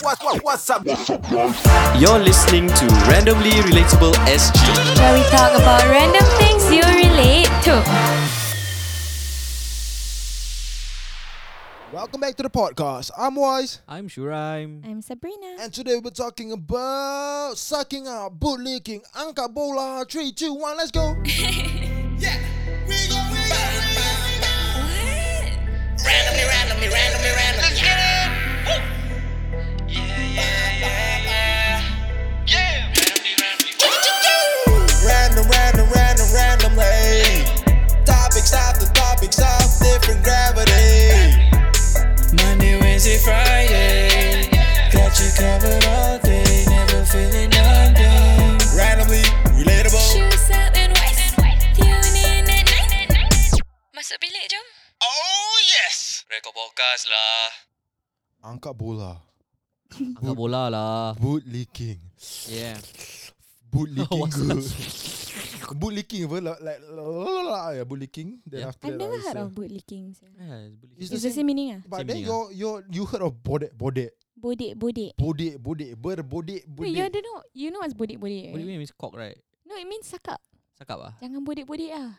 What, what, what's up? You're listening to Randomly Relatable SG. where we talk about random things you relate to. Welcome back to the podcast. I'm Wise, I'm Shuraim. I'm Sabrina. and today we're talking about sucking out, bootlicking, Anka Bola. Three, two, one, let's go. randomly, randomly, randomly, randomly. Let's get it. Random, random, random, random, hey. Topics after topics of different gravity. Monday, Wednesday, Friday. Got you covered all day. Never feeling under. Randomly, relatable. Shoes up and wise. Tune in at night. Masuk bilik jom. Oh, yes. Rekod podcast lah. Anka Bola, Angkat bola lah. bootlicking, Yeah. bootlicking What's good. bootlicking, apa? Like, like, la- la- la- la- yeah, bootlicking. Then Yeah. after I've that, never like, heard it's, of bootlicking. sia. yeah It's the it's It's the same meaning ah. uh, But then Same thing, you're, you're, you heard of bodek, bodek, Bodik bodik. bodek, bodek, ber, bodek, Wait, you bodek. don't know. You know what's bodik bodik? what do you mean it's cock right? No, it means suck up. Sakap ah? Jangan bodik bodik ah.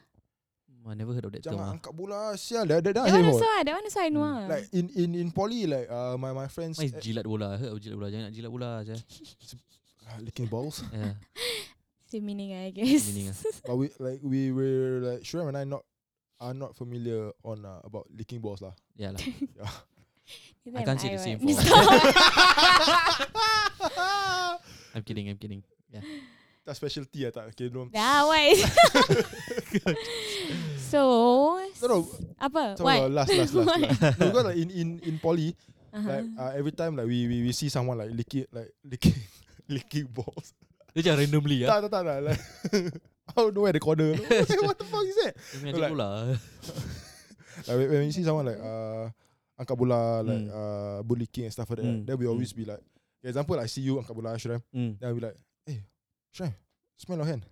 I never heard of that term ah. Jangan angkat bola, sial. Dah, dah, dah. That one heboh. also ah. That one also I know ah. Hmm, Like in in in poly, like uh, my my friends What is eh, jilat bola? I heard of jilat bola. Jangan nak jilat bola aja. ah, licking balls. Yeah. Same meaning ah, I guess. Same meaning ah. but we like we were like Shurem and I not are not familiar on uh, about licking balls lah. Yeah lah. Neither I am can't say the what. same for one. Stop. I'm kidding. I'm kidding. Yeah. Tak specialty lah tak. Okay, don't. Dah wise. So No, no. apa? So, What? uh, last, last, last, What? last. no, because like in in in poly, Uh-huh. like uh, every time like we we we see someone like licking like licking licking balls. Dia jangan randomly ah. Tak tak tak tak. Like, out of nowhere the corner. Like, what the fuck is that? Dia punya No, jilat like- bola. Mm. Like when, when you see someone like uh, angkat bola, like Mm. uh, boot licking and stuff like that, Mm, then we mm. always be like, for example, I see you angkat bola, Shurem, Mm. then I'll be like, hey, Shurem, smell your hand.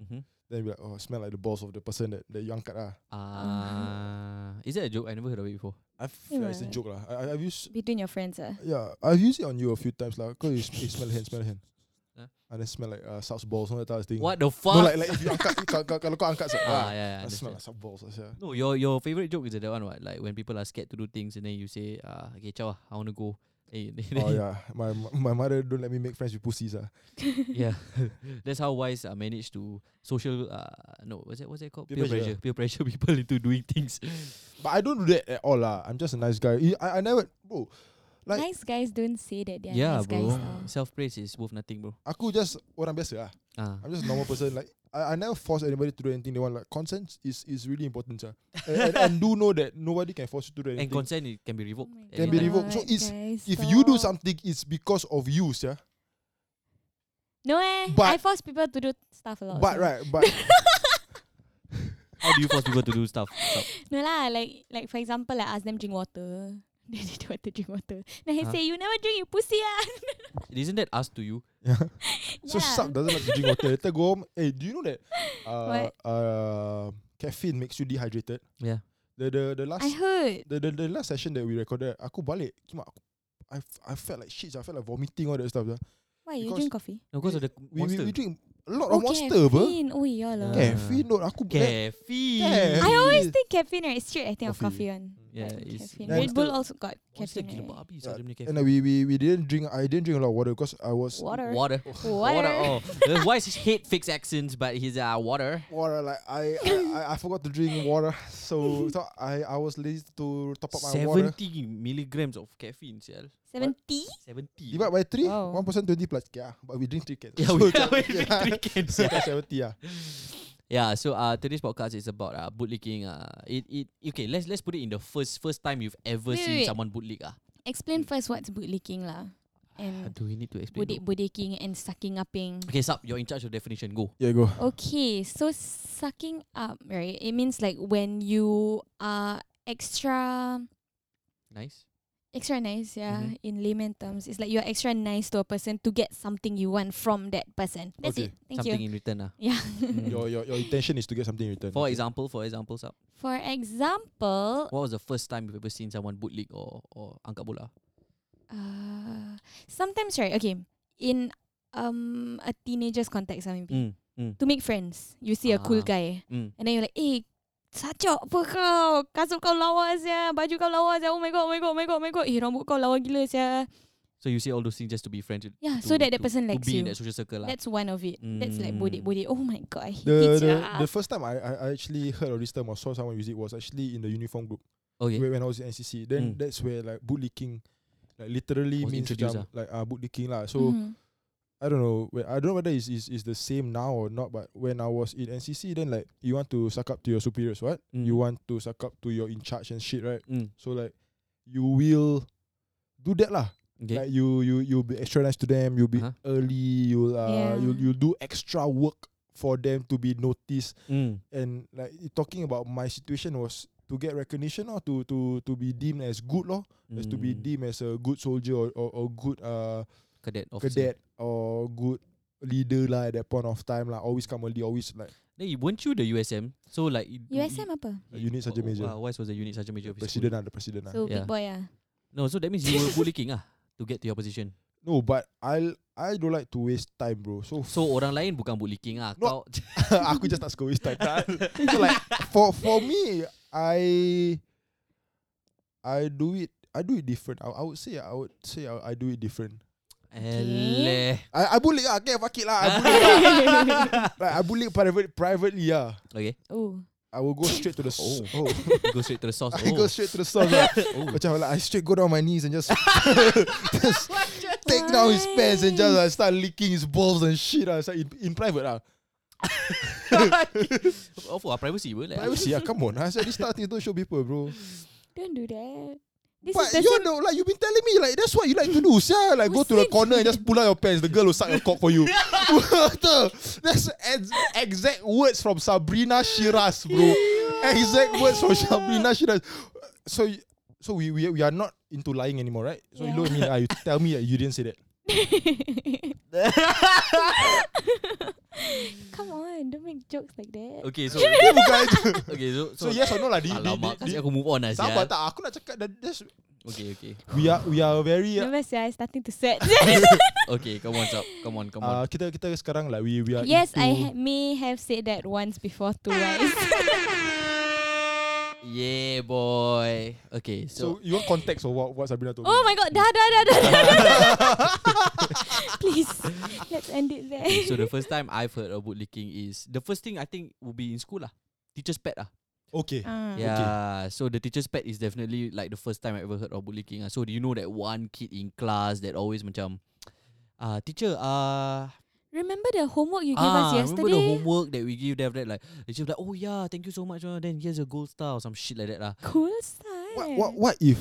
Mhm. Then you'll be like, oh, smell like the balls of the person that, that you angkat lah. Ah, is that a joke? I never heard of it before. I feel like it's a Right. joke lah. I, I- I've used, Between your friends ah. yeah, I've used it on you a few times lah. Cause you, sm- you smell hand, smell hand. Huh? And then smell like uh, South balls, no, that type of thing. What the No, fuck? like, like if you angkat, kalau- kalau kalau kau angkat, so, ah, ah, yeah, yeah. I smell understand. like South balls. Lah, sia. No, your your favorite joke is that one, what? Like when people are scared to do things and then you say, ah, okay, ciao, ah, I want to go. Eh, then- oh then- yeah, my my mother don't let me make friends with pussies ah. Yeah, that's how Wise uh, managed to social. Uh, no, what's that? What's that called? Peer Peer, pressure. pressure. Peer pressure people into doing things. But I don't do that at all lah. I'm just a nice guy. I, I- I never, bro. Like- nice guys don't say that they're nice yeah, bro. guys. tau. Self praise is worth nothing, bro. Aku just orang biasa lah. Ah, I'm just a normal person. Like I, I never force anybody to do anything they want. Like consent is is really important, sir. And, and, and do know that nobody can force you to do and anything. consent it can be Oh revoked. my at Can any be time. revoked. So God, it's- guys, if you do stop. something, it's because of you, sir. no eh, But- I force people to do stuff a lot. But so. right, but How do you force people to do stuff? Stop. no lah, like like for example, I ask them drink water. Then they don't want to drink water. Then I Huh? say, "You never drink, you pussy ah." Isn't that us to you? so Yeah. suck doesn't like to drink water. Later go home. Hey, do you know that? Uh, What? uh, caffeine makes you dehydrated. Yeah. The the the last I heard. the, the, the last session that we recorded, aku balik. Cuma aku, I f- I felt like shit. I felt like vomiting all that stuff. sia. Why you Because drink coffee? No, because of the We, we, monster. we drink a lot Oh, of monster, bro. caffeine. Oh yeah lah. Yeah. Caffeine, no, aku eh, Caffeine. Caffeine. I always think caffeine right. Straight, I think of Coffee. coffee one. Yeah, Like it's caffeine. Yeah, Red Bull monster- also got Monster caffeine. gila right? habis Yeah, lah dia punya And caffeine. uh, we we we didn't drink. I didn't drink a lot of water because I was Water. Water. Water. Oh, The Wise hate fixed accents, but he's uh water. water like I I, I- I forgot to drink water, so so I I was lazy to top up my water. Seventy milligrams of caffeine, yeah. Seventy. Seventy. Divide by three, Wow. one percent twenty plus. Yeah, but we drink three cans. So Yeah, we, it's like- we drink yeah. three cans. So it's seventy. Yeah. Yeah, so uh today's podcast is about uh bootlicking. Uh it, it okay, let's let's put it in the first first time you've ever Wait, wait, seen wait. someone bootlick ah. Explain first what's bootlicking lah, and Do we need to explain? budik budiking and sucking upping. though? Okay, Sub, you're in charge of definition. Go. Yeah, go. Okay, so sucking up, right? It means like when you are extra Nice. extra nice, yeah, Mhm. in layman terms. It's like you're extra nice to a person to get something you want from that person. That's Okay, it. Thank Something you. in return. Ah. Yeah. Mm. Your your your intention is to get something in return. For example, for example, Sub, For example, what was the first time you've ever seen someone bootlick or or angkat bola? Uh, sometimes right. Okay, in um a teenager's context, I mean, Mm. Mm. to make friends, you see a cool Ah. guy, Mm. and then you're like, eh. Sacok apa kau Kasut kau lawa sia Baju kau lawa sia Oh my god Oh my god Oh my god, oh my god. Eh rambut kau lawa gila sia So you say all those things just to be friends. to- Yeah to, so that that to- person to likes be you in that social circle lah. That's one of it. That's like bodek Mm. bodek. Oh my god, I hate ya. The, it. the, sia. the first time I, I I actually heard of this term or saw someone use it was actually in the uniform group okay. where, when I was in NCC. Then Mm. that's where like bootlicking, like literally Was means introduced ah? macam, like uh, bootlicking lah. So Mhm. I don't know. whe- I don't know whether it's, it's, it's the same now or not. But when I was in NCC, then like you want to suck up to your superiors, what? Mm. You want to suck up to your in charge and shit, right? Mm. So like you will do that lah. Okay. Like you you you'll be extra nice to them. You'll be Uh-huh. early. You'll uh Yeah. you'll you'll do extra work for them to be noticed. mm. And like you talking about my situation was to get recognition or to to to be deemed as good law, as to be Mm. deemed as a good soldier or or, or good uh cadet officer. cadet or good leader lah at that point of time lah. Always come early, always like Then you weren't you the USM? So like you- USM apa? you- Unit wha- Sergeant wha- Major. Uh, Wise was a unit sergeant major. the of his president lah, the president lah. So Yeah. big boy ah. school. No, so that means you were bullying ah to get to your position. No, but I I don't like to waste time, bro. So So orang lain bukan bullying ah. No. Kau aku just tak suka waste time. so like for for me, I I do it. I do it different. I, I would say I would say I, I do it different. Eleh. I I bully lah, okay, fuck it lah. I bully, like, I bully private privately lah. Okay. oh. I will go straight to the s- Oh. oh. Go straight to the source. I Oh. go straight to the source lah. oh. Macam like I straight go down my knees and just, just take down his pants and just Why? like, start licking his balls and shit. Uh, in, in private. Uh. Oh, for our privacy, bro. Like, Privacy, uh, come on. I said this type of thing don't show people, bro. Don't do that. This but is the you same. know, like you've been telling me, like that's what you like to do. Yeah, like go Who to the said- corner and just pull out your pants. The girl will suck your cock for you. What the- that's ex- exact words from Sabrina Shiraz, bro. exact words from Sabrina Shiraz. So, y- so we, we we are not into lying anymore, right? So you know what I mean? Ah, you tell me that you didn't say that. Come on, don't make jokes like that. Okay, so Bukan itu. okay, so So yes or no lah di, di, Alamak, di, kasi di aku move on lah Sabar sial. tak Aku nak cakap that that's, Okay, okay. We are we are very Yeah. Nervous yeah, it's starting to sweat. Okay, come on, Sab. Come on, come uh, on. Kita kita sekarang lah We we are yes, I into, ha- may have said that once before to wise. Yeah, boy. Okay, So so, you want context of what, what Sabrina told oh me my god, dah dah dah dah. dah, dah. Please, let's end it there. okay, so the first time I've heard about licking is the first thing I think would be in school lah. Teacher's pet lah. Okay Ah. Yeah. So the teacher's pet is definitely like the first time I ever heard of licking. Ah, So do you know that one kid in class that always macam Ah, teacher, ah, Remember the homework you gave us ah, remember yesterday? the homework that we give them? That like, teacher be like, oh yeah, thank you so much. ah, Then here's a gold star or some shit like that lah. cool side. What what what if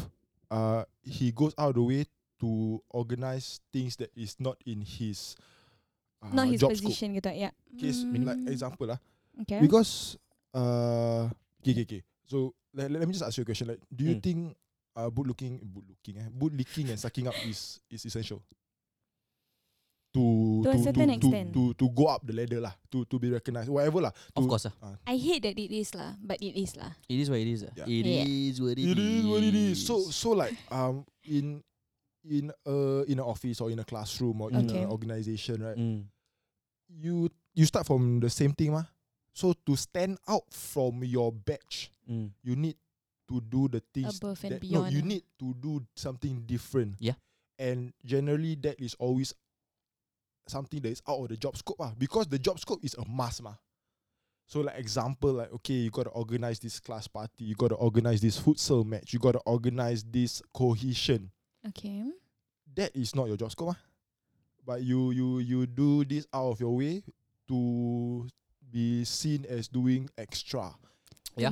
uh, He goes out of the way To organize things That is not in his uh, Not his job position gitu. Yeah. scope. Case Mm. Like eh, example lah Okay. Because uh, okay, okay, okay. So let, let me just ask you a question. Like, do you Mm. think uh, boot looking, boot looking, eh, boot licking and sucking up is is essential to To a certain to, extent. to, to go up the ladder lah, to to be recognized, whatever lah. Of to- course ah, I hate that it is lah, but it is lah. it is what it is. ah. Yeah. It Yeah. is what It is what it is. So so like um in in a in an office or in a classroom or in Okay. an organization, right? Mm. You you start from the same thing, mah. So to stand out from your batch, Mm. you need to do the things Above and that- No, beyond. you need to do something different. Yeah. And generally, that is always something that is out of the job scope, ah, because the job scope is a must, ma. So, like example, like okay, you gotta organize this class party, you gotta organize this futsal match, you gotta organize this cohesion. Okay. That is not your job scope, ah. But you you you do this out of your way to be seen as doing extra. Yeah.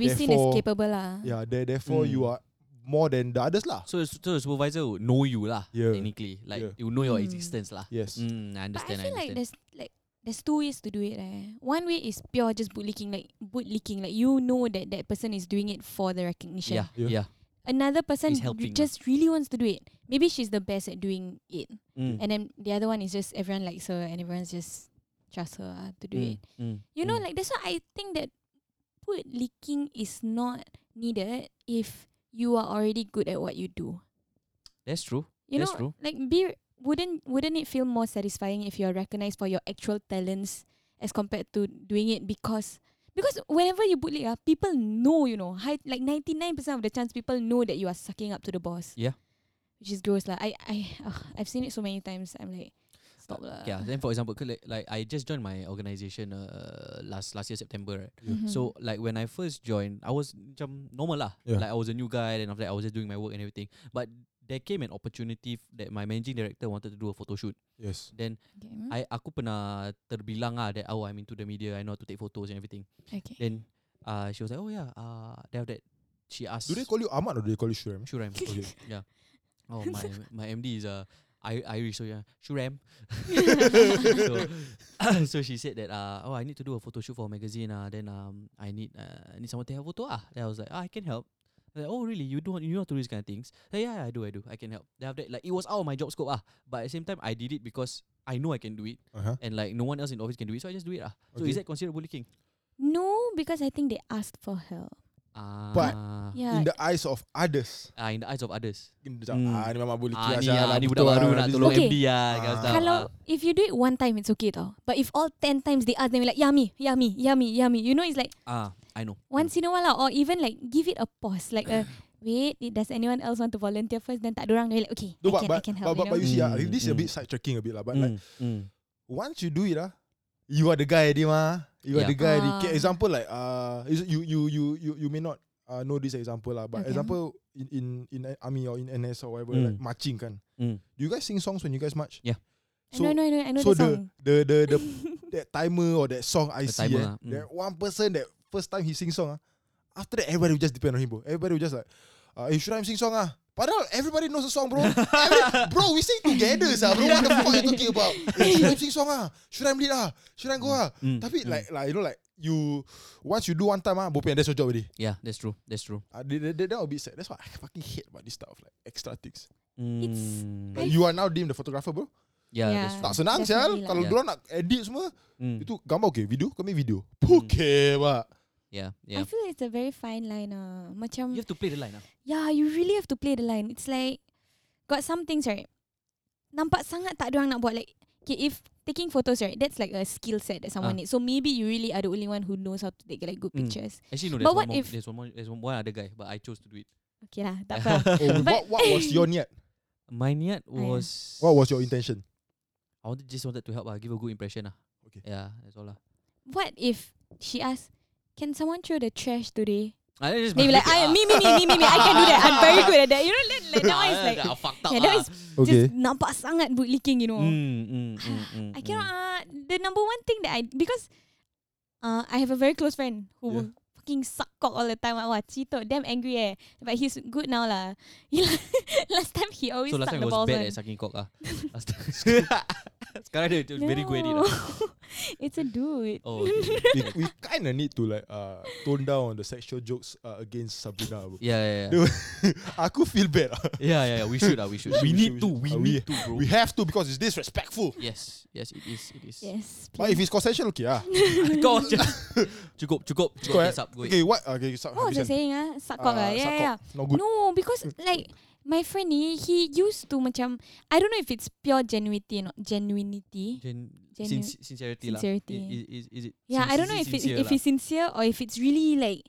To be seen as Therefore- capable lah. Yeah, there, therefore you Mm. are more than the others lah. So, the su- so the supervisor would know you lah, Yeah. technically. Like, Yeah. you know your Mm. existence lah. Yes. But Mm, I I understand, I, feel like understand. there's like there's two ways to do it. Eh. One way is pure just boot licking, like boot licking, like you know that that person is doing it for the recognition. yeah, Yeah. yeah. Another person It's who helping lah. just really wants to do it. Maybe she's the best at doing it, Mm. and then the other one is just everyone likes her and everyone's just trust her ah to do it. Mm. You know, mm. like that's why I think that put licking is not needed if you are already good at what you do. that's true. You That's know, true. like be wouldn't wouldn't it feel more satisfying if you're recognized for your actual talents as compared to doing it because because whenever you bootleg, ah, people know, you know, high, like 99% of the chance people know that you are sucking up to the boss. Yeah. Which is gross. Like I, I, ugh, I've seen it so many times. I'm like, stop lah. Yeah. Then for example, 'cause like, like I just joined my organization uh, last last year September, right? Mhm. So like when I first joined, I was macam normal lah. Yeah. Like I was a new guy, and after that I was just doing my work and everything. But there came an opportunity f- that my managing director wanted to do a photo shoot. Yes. Then okay. mm-hmm. I aku pernah terbilang ah that oh I'm into the media, I know how to take photos and everything. okay. Then uh she was like oh yeah uh then after that she asked Do they call you Ahmad or do they call you Shurem? Shurem. Okay. yeah. Oh my my MD is uh I Irish so yeah Shurem. so, so she said that uh oh I need to do a photo shoot for a magazine uh then um I need uh, I need someone to help photo ah. Then I was like ah, I can help. Like, oh really? You don't you know how to do these kind of things? Like, yeah, yeah, I do, I do. I can help. Then after that, like it was out of my job scope ah. But at the same time I did it because I know I can do it Uh-huh. and like no one else in the office can do it, so I just do it ah. So Okay. is that considered bullying? No, because I think they asked for help. Ah, But- Yeah. In the eyes of others. ah, in the eyes of others. Macam, Hmm. ah, ni memang boleh Ah, kias ni, lah, ah, ni betul budak baru lah, nak this tolong Okay. MD ah. Ah. kau tahu, ah. Kalau if you do it one time, it's okay tau. But if all ten times they ask, then we're like, yummy, yummy, yummy, yummy. You know, it's like Ah, I know. once in a while, lah, or even like give it a pause, like a wait. Does anyone else want to volunteer first? Then tak ada orang. Then we're like, okay, No, I but, can, but, I can but, help. but, but you you see, know? ah, Mm, this is a mm. bit sidetracking a bit lah. But like, Mm, mm. once you do it, ah, you are the guy, di mah. You are Yeah. the guy. already. Ah. Okay, example like uh, is- you you you you you may not uh, know this example lah, but Okay. example in in in army or in NS or whatever, like Mm. marching kan. Mm. Do you guys sing songs when you guys march? Yeah. I know, I know, I know, I know so the song. the the the that timer or that song I The see, timer eh, ah, mm. that one person that first time he sing song, ah, after that everybody will just depend on him, bro. Everybody will just like, uh, hey, should I sing song ah? Padahal everybody knows the song, bro. Every- bro, we sing together, sah, bro. What the fuck you talking about? Hey, should I sing song ah? Should I lead ah? Should I go ah? Mm, Tapi mm. like, like you know like you once you do one time ah, bopian that's your job already. Yeah, that's true. That's true. Uh, that, that, that, that would be sad. That's why I fucking hate about this stuff of like extra things. It's- Mm. Like, you are now deemed the photographer, bro. yeah, that's Yeah. true. Tak senang Eh. Definitely sial. lah. Kalau Yeah. dorang nak edit semua, Mm. Hmm. itu gambar okay, video, kau ambil video. Okay, pak. Yeah, I yeah. feel it's a very fine line. Uh. Macam, You have to play the line ah. yeah, you really have to play the line. It's like, got some things, right? Nampak sangat tak ada orang nak buat. Like, okay, if taking photos, right, that's like a skill set that someone Ah. needs. So maybe you really are the only one who knows how to take like good Mm. pictures. Actually no, But there's what one more, if- there's one more, there's one, one other guy, but I chose to do it. Okay lah, tak apa. Oh, But- Oh, what what was your niat? My niat yeah. was What was your intention? I wanted, just wanted to help ah, give a good impression ah. Okay. Yeah, that's all lah. what if she asks, can someone throw the trash today? Ah, then just Maybe like, make it I, ah. me, me, me, me, me, me, I can do that. I'm very good at that. You know, that, like, that one is Ah, like, dah fucked up yeah, that ah. is just nampak sangat boot licking, you know. Mm, mm, mm, mm, I mm. cannot. Uh, the number one thing that I because uh, I have a very close friend who Yeah. fucking suck cock all the time. Wah, wow, Chito, damn angry eh. But he's good now lah. last time he always So last suck time the he was balls. bad at one. sucking cock ah. Last time. Sekarang dia dia very good at it. No. ah. it's a dude. Oh. okay, okay, we, okay. we kind of need to like uh, tone down on the sexual jokes uh, against Sabrina. Bro. Yeah, yeah, yeah. Dude. Aku feel bad. ah. Yeah, yeah, yeah. We should ah, we should. We We need should, to, we should. we Ah, need to, bro. We have to because it's disrespectful. Yes, yes, it is, it is. Yes. But if it's consensual, okay ah. Kau macam Cukup cukup Cukup Correct. Yes up go Okay, what? Okay, stop. What was I saying ah? Suck cock ah. Uh, Yeah, yeah. Not good. Mm. No, because like my friend ni, he used to macam I don't know if it's pure genuinity or not genuinity. Gen, Genu- sin- sincerity, Sincerity. lah is, is, is it Yeah, I sin- don't know sin- if it's sincere if lah. it's sincere or if it's really like.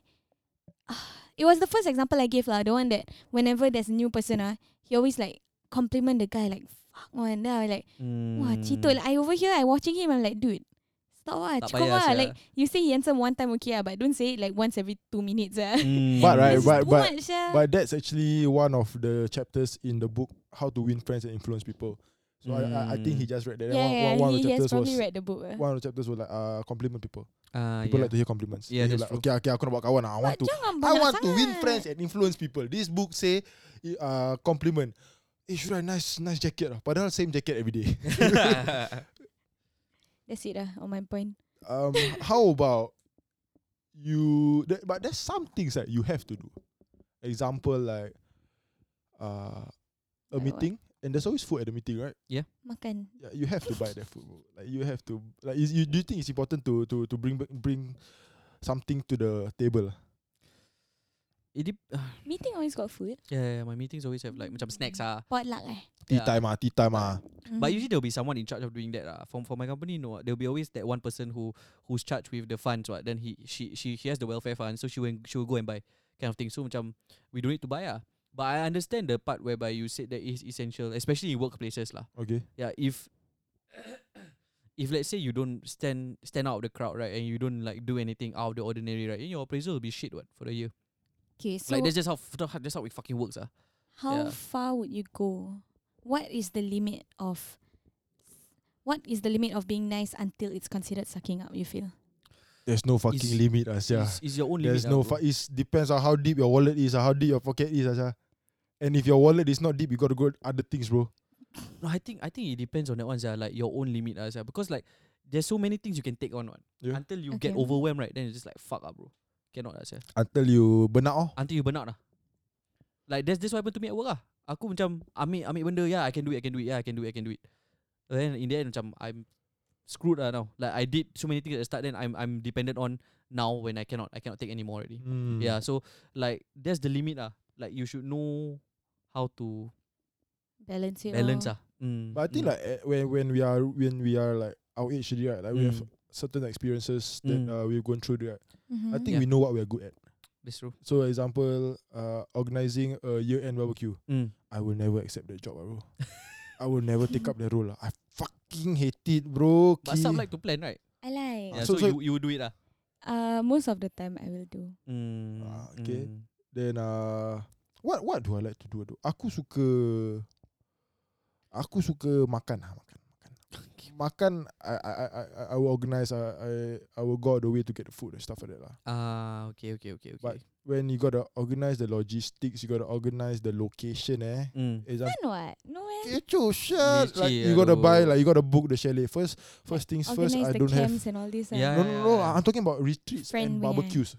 ah, it was the first example I gave lah. The one that whenever there's a new person ah, he always like compliment the guy like fuck one. Then I like lah? wah Hmm. Hmm. cito. lah. Like, I over here I watching him. I'm like dude. Stop lah, Tak cukup payah lah. sia. Like you say he handsome one time okay ah, but don't say it like once every two minutes ah. Mm. But right, This is but- too much ah. sia. But that's actually one of the chapters in the book How to Win Friends and Influence People. So I, I, I think he just read that. yeah, one, yeah, one, one of he, the he has chapters was probably read the book. ah. one of the chapters was like uh, compliment people. People Ah, yeah. like to hear compliments. Yeah, Then you're that's like, okay, okay, aku nak buat kawan. ah. I want But to jangan I banyak want to win sangat. friends and influence people. This book say i- uh, compliment. Eh, should I nice nice jacket lah. Padahal same jacket every day. That's it lah on my point. um, how about you? Th- but there's some things that you have to do. Example like uh, a Like what? meeting, and there's always food at the meeting, right? Makan. Yeah, you have to buy that food. bro. Like you have to like. Is, you, do you think it's important to to to bring back- bring something to the table? It dep- ah, Meeting always got food. yeah, yeah, yeah, my meetings always have like macam snacks ah. Potluck eh. Tea Yeah. time ah, tea time ah. But Mhm. usually there'll be someone in charge of doing that. Uh. For for my company, no, there'll be always that one person who who's charged with the funds. What then he she she she has the welfare fund, so she will she will go and buy kind of thing. So macam we don't need to buy ah. But I understand the part whereby you said that is essential, especially in workplaces lah. Okay. Yeah, if if let's say you don't stand stand out of the crowd right, and you don't like do anything out of the ordinary right, then your appraisal will be shit what for the year. Okay, so like that's just how f- that's how it fucking works ah. how yeah. far would you go? What is the limit of what is the limit of being nice until it's considered sucking up, you feel? There's no fucking It's- limit as yeah. It's, it's your own There's limit. no ah, bro. fu- it's depends on how deep your wallet is or how deep your pocket is as yeah. And if your wallet is not deep, you got to go other things, bro. No, I think I think it depends on that one, yeah. Like your own limit, ah, sia. Because like there's so many things you can take on, what. Yeah. Until you get Okay. overwhelmed, right? Then you're just like fuck up, bro. Cannot, lah, sia. Until you burn out. Oh. Until you burn out, lah. Like that's that's what happened to me at work, lah. Aku macam ambil ambil benda, yeah, I can do it, I can do it, yeah, I can do it, I can do it. Then in the end, macam I'm screwed lah now. Like I did so many things at the start, then I'm I'm dependent on now when I cannot I cannot take anymore already. Mm. Yeah, so like that's the limit, ah. Like you should know how to Balance it balance, out. ah. Mm, But I think mm. like eh, when when we are when we are like our age already, right? Like we have Mm. certain experiences that Mm. uh, we've gone through. Right? Mhm. I think Hmm. Yeah. we know what we're good at. that's true. So example, uh, organizing a year end barbecue. Mm. I will never accept that job, ah, bro. I will never take up the role. ah. I fucking hate it, bro. But some like to plan, right? I like Yeah, So- so, so- you you do it lah. uh most of the time I will do. Mm, Ah, okay. Then uh, what what do I like to do? though? Aku suka aku suka makan ah, makan makan. Makan I I I I- I will organize I I I will go out the way to get the food and stuff like that lah. Ah, okay, okay, okay, okay. But when you gotta organize the logistics, you gotta organize the location eh. mm. Example, Fun what? No eh? kecoh shit. Like you Leceh gotta lah, buy bro. like you gotta book the chalet first. First things Organize first. I the don't have. camps and all this. ah. Yeah. No no no. I'm talking about retreats Friend and punya. barbecues.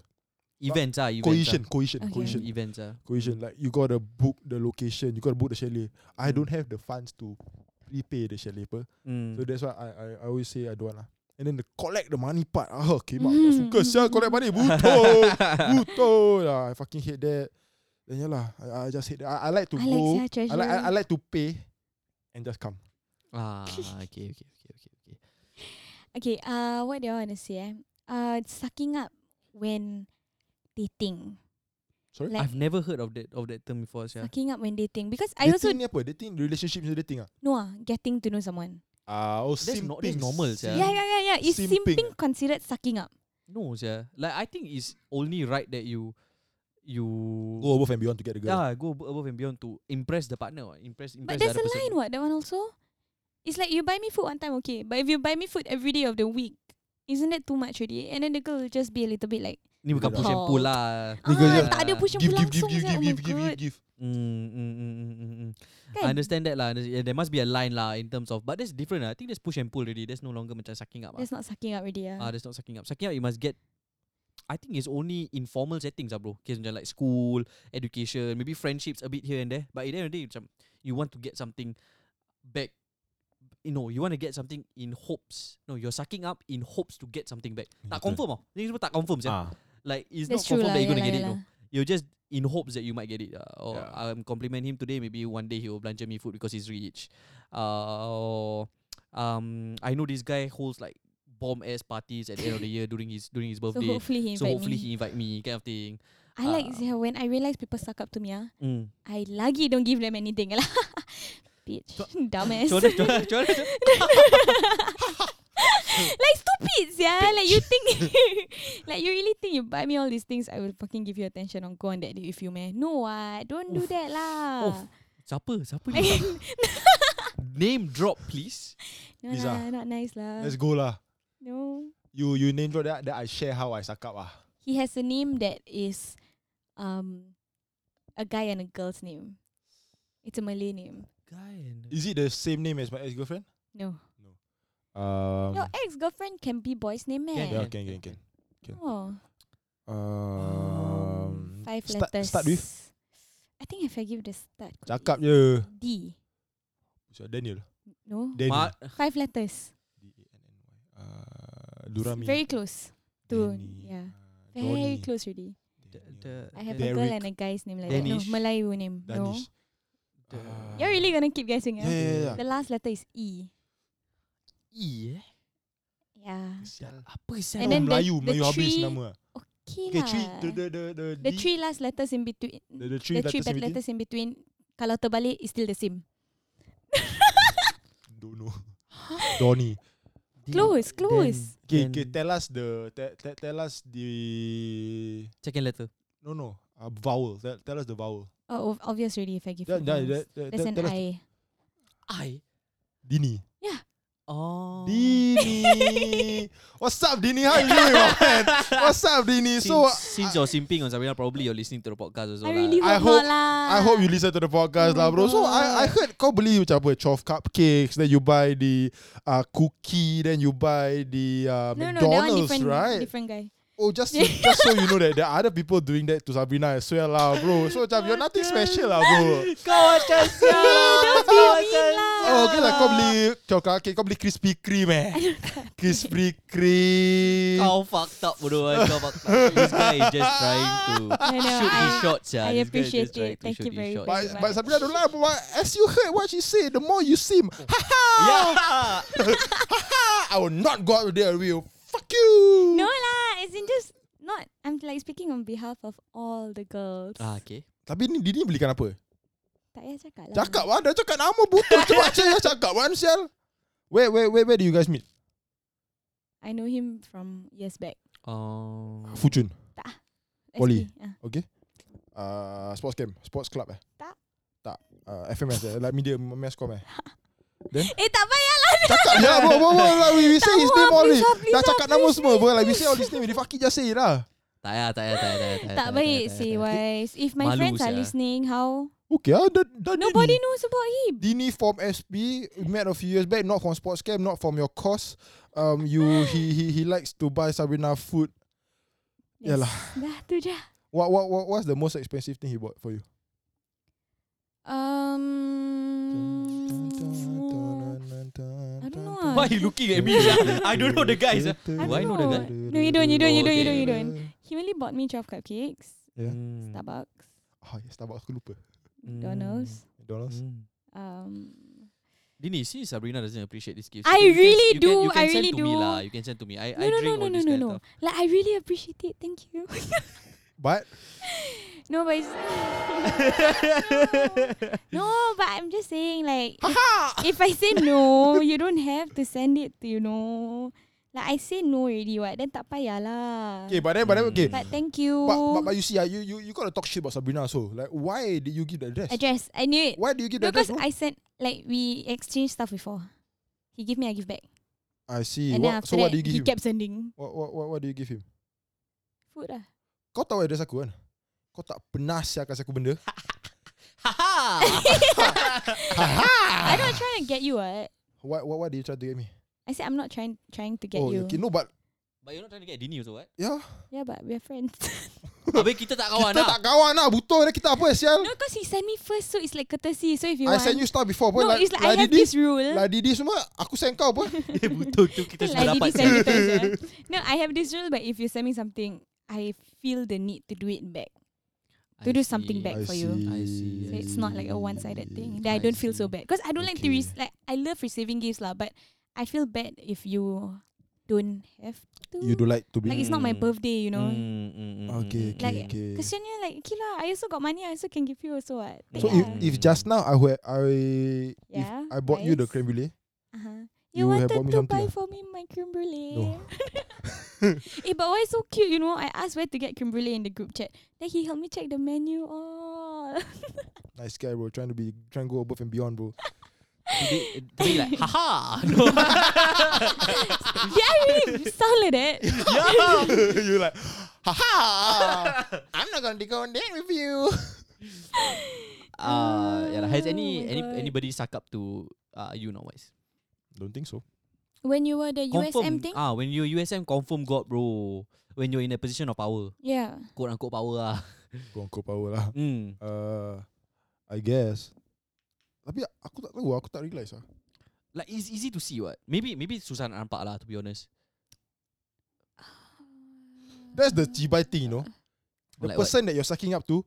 events ah, events Cohesion, ah. cohesion, Okay. cohesion. Mm, events ah. cohesion. Like you gotta book the location, you gotta book the chalet. I Mm. don't have the funds to prepay the chalet, per. Mm. so that's why I, I I always say I don't want lah. And then the collect the money part, ah, came out. Hmm. Mm. Suka sia collect money, buto, buto. Yeah, I fucking hate that. Then yeah lah, I, I just hate that. I, I like to I go. like sia I like I, I treasure. like to pay, and just come. ah, okay, okay, okay, okay, okay. Okay, uh, what do I want to say? Eh? Uh, sucking up when dating. Sorry? Like, I've never heard of that of that term before, yeah. sucking up when dating because I dating also ni apa? Dating relationship ni dating ah? no ah, getting to know someone. Ah, oh That's simping. not- that's normal sia. Yeah, yeah, yeah, yeah. Is Simping. simping, considered sucking up? No, yeah. Like I think it's only right that you you Go above and beyond to get the girl. yeah go ab- above and beyond to impress the partner, what. impress impress But the there's a other person. line what that one also. It's like you buy me food one time, okay. But if you buy me food every day of the week, isn't that too much already? And then the girl will just be a little bit like, Ni bukan Betul. push and pull lah. Ni kau ah, je- tak ada push and pull give, give, langsung give, sia. give, Oh my give, give, god. give, give. Mm, mm, mm, mm, mm, mm. Kan? I understand that lah. There's, yeah, there must be a line lah in terms of, but that's different. Lah. I think there's push and pull already. There's no longer macam sucking up. Ah, That's not sucking up already. Ah, Yeah. there's not sucking up. Sucking up, you must get. I think it's only in formal settings, ah, bro. Case macam like school, education, maybe friendships a bit here and there. But at the end of the day, macam you want to get something back. You know, you want to get something in hopes. No, you're sucking up in hopes to get something back. Tak Betul. confirm, oh. Ni semua tak confirm, sia. Ah. Like it's That's not confirm true lah. that you're gonna yeah get lah, it. yeah No. You're just in hopes that you might get it. Uh, or Yeah. I um, compliment him today. Maybe one day he will belanja me food because he's rich. Uh, or um, I know this guy holds like bomb ass parties at the end of the year during his during his lah. So birthday. hopefully he invite So hopefully me. he invite me kind of thing. I like Ah. sia when I realise people suck up to me ah, Mm. I lagi don't give them anything lah. Bitch, dumbass. Cuara, cuara, cuara, cuara. like stupid yeah. Like you think, like you really think you buy me all these things, I will fucking give you attention on go on that date with you, man. No what, don't do Oof. that lah. Oof. Oh, Siapa? Siapa ni? Name drop please. no Liza. lah, not nice lah. Let's go lah. No, You you name drop that, that I share how I suck up ah. he has a name that is, um, a guy and a girl's name. It's a Malay name. Guy and Is it the same name as my ex girlfriend? No, Um, your ex girlfriend can be boy's name, Can, man. yeah, yeah, can, can, can, can. Oh, Um, five start, letters. Start with I think if I give the start. could be cakap easy. je. D. So Daniel. No. Daniel. Ma- Five letters. D A N N Y. Uh, Durami. Very close. To Danny, yeah. uh, Very Donny. close already. the, the I have the- a girl Derek. and a guy's name like that. No, Danish. Melayu name. No. Danish. the- Ah. You're really gonna keep guessing, Yeah, yeah? yeah, yeah. The last letter is E. E eh? Yeah. Apa sial? And then the- Melayu, the Melayu habis three- nama. Okay, Okay, lah. three, the the the the, The D- three last letters in between. the, the three The three letters bad in between? letters in between. Kalau terbalik, it's still the same. Don't know. Donny. Then- Close, then- close. Okay, then okay, tell us the te, te, tell us the Second letter. no no uh, vowel. Tell, tell us the vowel. Oh, ov- obvious already if I give Yeah, yeah, you the that- names. that- There's that- an tell us I. I. Dini. Oh. Dini. What's up, Dini? How you doing, man? What's up, Dini? Since, So uh, since you're simping on Sabrina, probably you're listening to the podcast I also lah. really I hope- hope, not lah. I hope you listen to the podcast Oh lah, my bro. So I, I God. heard kau beli macam apa, 12 cupcakes, then you buy the uh, cookie, then you buy the uh, No, no, that one McDonald's, different, right? different guy. Oh, just just so you know that there are other people doing that to Sabrina as well lah, bro. So macam Oh you're nothing special lah, bro. Kau macam sial. Don't be mean lah. Oh, okay lah kau beli coklat cake, kau beli Krispy Kreme eh. Krispy Kreme. Kau fucked up bodoh kan Kau fucked up This guy is just trying to I know, Shoot his I- shots yeah. I This guy is appreciate just trying it. to Thank shoot you his very shots. much. But, but Sabrina don't lie, but what, as you heard what she said, the more you seem, haha, Yeah I will not go out there with you. Fuck you. No lah, it's in just not. I'm like speaking on behalf of all the girls. Ah okay Tapi ni Dini belikan apa? Tak payah cakap lah. Cakap lah, dah cakap nama butuh. Cepat saya cakap one sial. Where, where, where, where do you guys meet? I know him from years back. Oh Ah, Fuchun. Poly. SP, ah. Uh, sports camp, sports club eh? Tak. Tak. Uh, FMS eh, like media mass com eh? Eh tak payah lah. Cakap je lah, bro, bro, bro, like we, we say Tak his mahu, name already. please lah, please Dah lah, cakap nama please, semua, bro, like we say all please. his name, we fucking just say it lah. Tak payah tak payah tak payah, tak payah Tak payah, baik payah, say tak payah. wise. If my eh, Malu friends are sia. listening, how? Okay, ah, dah, dah Nobody knows about him. Dini from SB met a few years back, not from sports camp, not from your course. Um, you he he he likes to buy Sabrina food. Yes. Yalah. Dah tu je. What what what what's the most expensive thing he bought for you? Um, Mm, I don't know ah. Why you looking at me sia? I don't know the guy sia. I Do I don't know the guy? No, you don't, you don't, you don't, you Okay. don't, you don't. He only bought me 12 cupcakes, Yeah. Hmm. Starbucks, Ah, yes, Starbucks aku lupa. McDonald's. McDonald's. Hmm. Mm. Um, Dini, see Sabrina doesn't appreciate this gift. I You can- really you can- do, you can I send really to Me do. lah. You can send to me. I, I no, no, no, drink all no, no, this no, kind of no. stuff. Like I really appreciate it. Thank you. But no, but it's, no, but I'm just saying like if, if I say no, you don't have to send it. To, you know, like I say no already. What? Then tak payah lah. okay, but then Mm. but then okay. But thank you. But, but but you see, ah, you you you gotta talk shit about Sabrina. So like, why did you give the address? address. I knew it Why do you give the because address? bro? I sent like we exchanged stuff before. He give me, I give back. I see. and then What, so after what do that, you give he him? kept sending What, what what what do you give him? food lah. Kau tahu address aku kan? Kau tak pernah siap kasih aku benda. Ha. Ah. I'm not trying to get you. What? What what what did you try to get me? I said I'm not trying trying to get oh, you. okay. No, but But you're not trying to get Dini also what? yeah, Yeah, but we're friends. Habis kita tak kawan kita lah. tak kawan lah. Butuh kita apa sial? no, because he sent me first, so it's like courtesy. So if you I want, send you stuff before. no, apa, it's like I have Didi, this rule. Lah Didi semua, aku send kau apa? Betul tu kita Like Didi send me first, yeah. No, I have this rule, but if you send me something, I feel the need to do it back. to do something back for you. I see, So it's not like a one-sided thing. Then I I don't feel so see. bad because I don't like to re- Okay. like I love receiving gifts lah, but I feel bad if you don't have to. You do like to be. like it's not my Mm. birthday, you know. okay, okay, Like, okay. Because then you're like, okay lah, I also got money, I also can give you also what. So if, Take lah. you- if just now I were I Yeah, if I bought you the rice. creme brulee, Uh-huh. You have You, wanted bought me to something ah? buy for me my creme brulee. No. eh, but why so cute? You know, I asked where to get creme brulee in the group chat. Then he helped me check the menu. Oh, nice guy bro, trying to be trying to go above and beyond bro. Did they like haha? No. yeah, I really sound like that. You're like, haha! I'm not gonna go on date with you. Uh, yeah, lah. has Oh any my any God. anybody suck up to uh, you not wise? Don't think so. When you were the Confirm, USM thing, Ah, when you USM confirm got bro. When you're in a position of power, yeah, quote unquote power ah. Go on, power lah. Hmm. Uh, I guess. Tapi aku tak tahu, aku tak realise ah. lah. Like it's easy to see what. Maybe maybe susah nak nampak lah to be honest. That's the cibai thing, you know. The Like what? person that you're sucking up to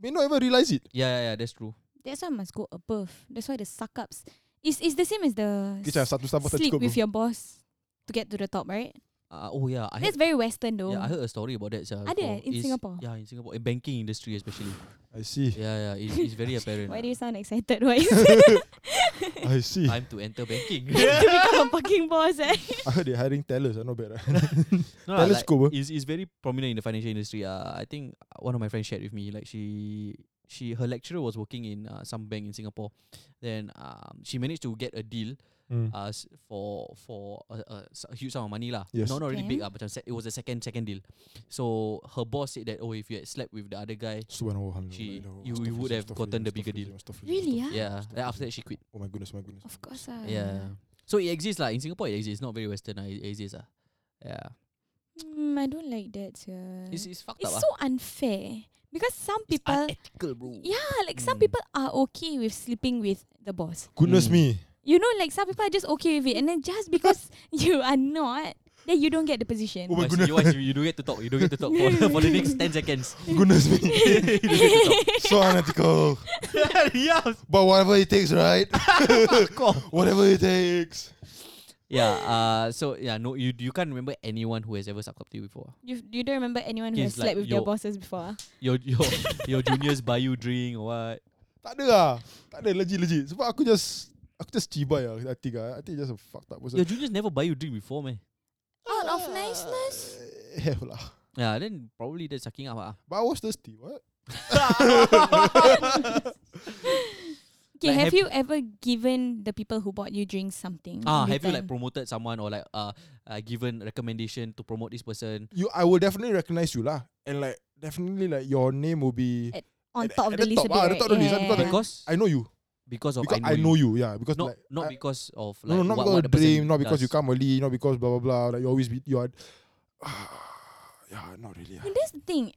may not even realize it. Yeah, yeah, yeah, that's true. That's why must go above. That's why the suck ups. It's, it's the same as the Kejap, satu sambal tak sleep cukup. with your boss to get to the top, right? Uh, oh yeah, I That's very Western though. Yeah, I heard a story about that. sia, Ada before. eh, in It's- Singapore? Yeah, in Singapore, in banking industry especially. bro. I see. yeah, yeah, it's, it's very apparent. Why ah. do you sound excited? Why? I see. Time to enter banking. to become a fucking boss, eh? I heard they're hiring tellers. ah, I know better. no, Tell lah, us, Kobo. It's, it's very prominent in the financial industry. Uh, I think uh, one of my friends shared with me, like she she her lecturer was working in uh, some bank in Singapore. Then um, she managed to get a deal Mm. uh, s- for for a, a s- a huge sum of money lah. Yes. Not not really big Damn. ah, but it was a second second deal. So her boss said that oh if you had slept with the other guy, Subhanallah. She- Alhamdulillah. you- you would have Astaghfirullah, gotten the bigger astaghfirullah, astaghfirullah, Really, astaghfirullah. ah? yeah. Then after that she quit. Oh my goodness, my goodness. Of course, ah. Yeah. So it exists lah in Singapore. It exists. Not very western. ah, It exists ah. Yeah. Mm, I don't like that, yeah. It's it's fucked Mm. It's up so ah. unfair because some people, unethical, bro. yeah, like some Mm. people are okay with sleeping with the boss. Goodness Mm. me. You know, like some people are just okay with it, and then just because you are not, then you don't get the position. Oh my Wais, goodness. You, Wais, you, you don't get to talk. You don't get to talk for, for the next 10 seconds. Goodness me. you don't get to talk. so unethical. yeah, But whatever it takes, right? whatever it takes. yeah uh, so yeah, no, you you can't remember anyone who has ever sucked up to you before. You you don't remember anyone who has It's like slept with their your- bosses before? ah? Your your your juniors buy you drink or what? Tak ada lah. Tak ada, legit, legit. Sebab aku just, aku just cibai lah, I think lah. I think just a fucked up person. Your juniors never buy you drink before, man. Out of niceness. Eh, Have lah. Yeah, then probably they're sucking up. ah. But I was thirsty, what? Okay, Like, have have- you ever given the people who bought you drinks something? Ah, in have you like return? promoted someone or like uh, uh given recommendation to promote this person? You, I will definitely recognize you lah. And like, definitely like, your name will be, on at- top at of the, the list? top, a bit, ah, the right? top of the list, ah, because Yeah. Because I know you. because of Because I know you. yeah. Because Not like, not I- because of like No, no, not what, because of what the person dream, not because you does. come early, not because blah blah blah. Like you always be you are. yeah, not really. ah. But that's the thing.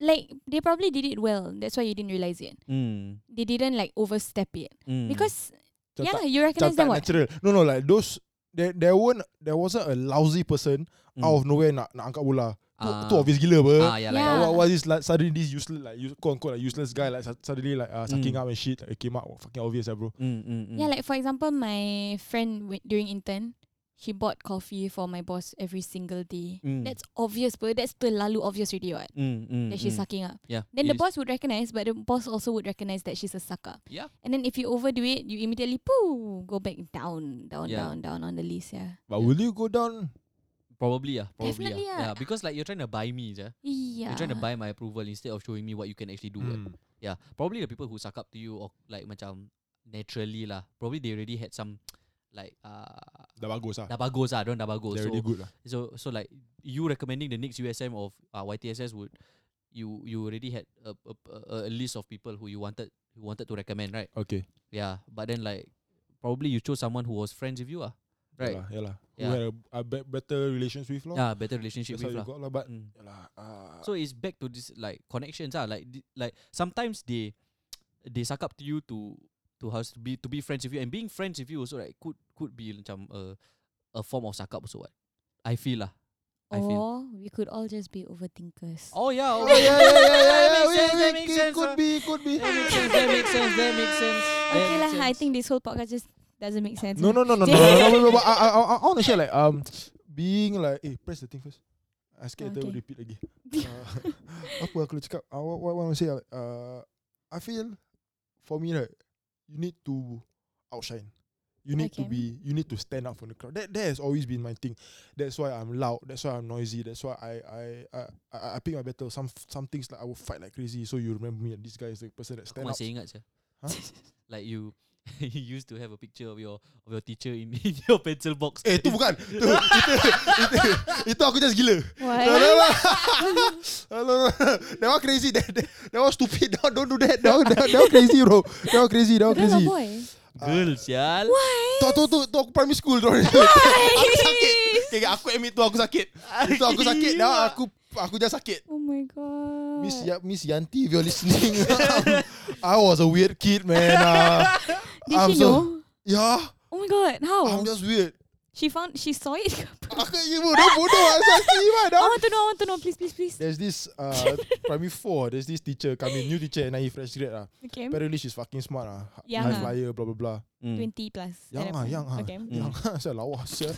Like they probably did it well. That's why you didn't realize it. Mm, They didn't like overstep it mm. because Macam yeah, tak- you macam recognize tak them what? natural. No, no, like those. There, there weren't, there wasn't a lousy person Mm. out of nowhere nak nak angkat bola. Tu, Ah. tu obvious gila apa. Ah, yeah, Yeah. like Like, what, what is like suddenly this useless like use, quote unquote like useless guy like su- suddenly like uh, sucking Mm. up and shit like, it came out oh, fucking obvious eh, bro. Mm, mm, mm. Yeah, like for example, my friend w- during intern, she bought coffee for my boss every single Hmm. day. Mm. That's obvious, but that's lalu obvious already what? mm, mm, That she's Hmm. mm. sucking up. Yeah. Then it the is. boss would recognize, but the boss also would recognize that she's a sucker. Yeah. And then if you overdo it, you immediately poo go back down, down, Yeah. down, down on the list. Yeah. But will you go down? Probably yeah. Probably Definitely, yeah. ah. Yeah, because like you're trying to buy me, yeah. Yeah. You're trying to buy my approval instead of showing me what you can actually do. eh. Mm. Yeah. Probably the people who suck up to you or like macam naturally lah. Probably they already had some like uh Dah bagus lah. dah bagus lah, don't dah bagus. They're So, really good lah. so so like you recommending the next USM of uh, YTSS would you you already had a, a, a- a list of people who you wanted who wanted to recommend, right? Okay. Yeah. But then like probably you chose someone who was friends with you, ah. Right. Yalah, yalah. Who Yeah. had a, a be- better relations with lor. Yeah, better relationship That's how you with lah. got lah. But Mm. yalah, ah, So it's back to this like connections ah like th- like sometimes they they suck up to you to to how to be to be friends with you and being friends with you also like could could be macam a a form of suck up also what I feel lah I feel Or we could all just be overthinkers. oh yeah oh Oh, yeah, yeah, yeah, yeah, That yeah, yeah, makes sense, yeah, that makes it sense, Could ah. be, could be. that makes sense that makes sense that makes sense that okay makes lah. I sense. think this whole podcast just doesn't make sense. No, no, no, no, no, no, no, no, no, no, I, I, I, I want to share like um, being like, eh, press the thing first. I scared they Okay. will repeat lagi. Uh, apa aku nak cakap? Uh, what, what I want to say? like, Uh, I feel for me right, you need to outshine. You need to Okay. be. You need to stand out from the crowd. That that has always been my thing. That's why I'm loud. That's why I'm noisy. That's why I I I I, I pick my battle. Some some things like I will fight like crazy. So you remember me. and This guy is the person that aku stand out. masih ingat sih Huh? like you you used to have a picture of your of your teacher in, in your pencil box Eh tu bukan tu, itu, itu, itu aku just gila No, What? no, no. No, no, no. That one crazy That, that, that one stupid Don't, don't do that that one, that, one- that one crazy bro That one crazy That one Girl or Oh, crazy boy? girls yeah Tu tu tu tu aku primary school tu. Aku sakit okay, okay, Aku admit tu aku sakit Itu aku sakit Dah aku Aku just sakit Oh my god. Miss, ya, Miss Yanti if you're listening I was a weird kid man uh, Did I'm she so- know? Yeah Oh my god. How? I'm just weird she found. She saw it. Aku you bodoh bodoh asasi man. I ah. want to know, I want to know. Please, please, please. There's this uh, primary four. There's this teacher coming, new teacher, and I fresh grade ah. Okay. Apparently she's fucking smart ah. Young High ah. flyer, blah blah blah. Mm. 20 plus. Young at that ah, point. young ah. Okay. Mm. Yang saya lawa saya.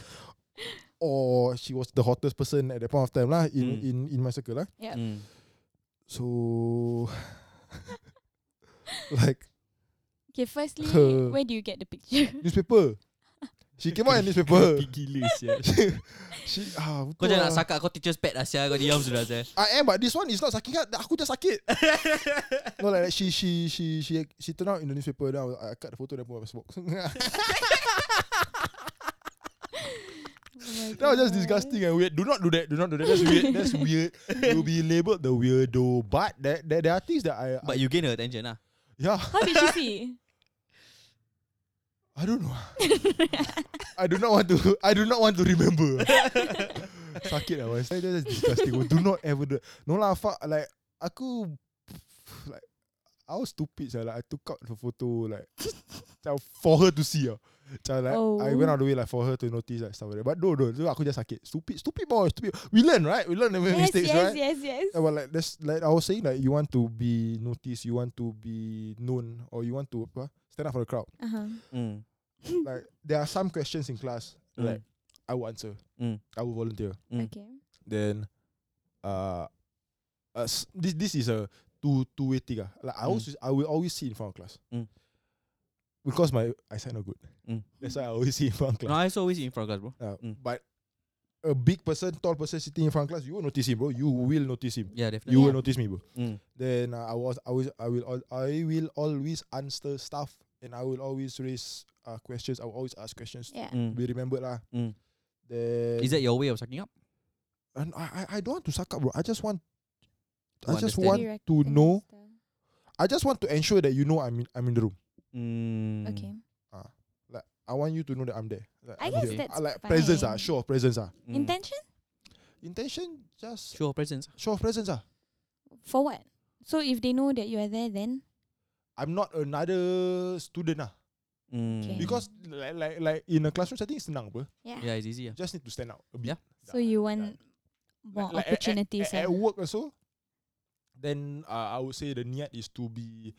Or she was the hottest person at that point of time lah in Mm. in in my circle lah. Yeah. Mm. So like Okay, firstly, Her- where do you get the picture? Oh newspaper. She came out in newspaper. gila sia. she ah Kau betul. jangan lah. nak sakak kau teacher's pet lah sia. Kau diam sudah sia. I am but this one is not sakit kan Aku just sakit No like, like she, she she she she turn out in the newspaper Then I, was- I cut the photo Then put on my Facebook Oh my That was just God. disgusting and weird Do not do that Do not do that That's weird That's weird You'll be labelled the weirdo But there, there, there are things that I, But you gain her attention lah. Yeah How did she see? I don't know. I do not want to. I do not want to remember. Sakit lah, boy. That- That's disgusting. bro. do not ever do. No lah, fuck. Like aku, like I was stupid. Sia. Like I took out the photo like macam for her to see. Ah, Macam like Oh. I went out of the way like for her to notice like stuff like that. But no, no. So aku just sakit. Stupid, stupid boy. Stupid. We learn right. We learn the yes, mistakes yes, right. Oh. yes, yes, Yeah, uh, Well, like that's like I was saying, like you want to be noticed, you want to be known, or you want to apa, stand up for the crowd Uh-huh. Mm. like there are some questions in class Mm. like I will answer. Mm. I will volunteer. Mm. Okay. Then uh, uh s- this this is a two two way thing. ah. Like I Mm. always I will always sit in front of class. Mm. Because my eyesight not good. Mm. That's why I always sit in front of No, class. I always in front of class bro. Uh, Mm. But a big person, tall person sitting in front of class, you will notice him, bro. You will notice him. Yeah, definitely. You will notice me, bro. Mm. Then uh, I was I was I will al- I will always answer stuff, and I will always raise uh, questions. I will always ask questions Yeah. Mm. be remembered lah. Mm. Then Is that your way of sucking up? and I, I I don't want to suck up, bro. I just want To I just understand. want Direct to and know. stuff. I just want to ensure that you know I'm in I'm in the room. Mm. Okay. Like I want you to know that I'm there. Like, I I'm guess here. that's I like presence ah, fine. show of presence ah. Mm. Intention? Intention just Show of presence. show of presence ah. For what? So if they know that you are there, then I'm not another student ah Mm. Okay. because like like like in a classroom setting it's senang apa. yeah. Yeah, it's easy. Yeah. Just need to stand out a bit. Yeah. So you yeah. want more eh, Like, at- opportunities. at, at, ah. work also. Then uh, I would say the need is to be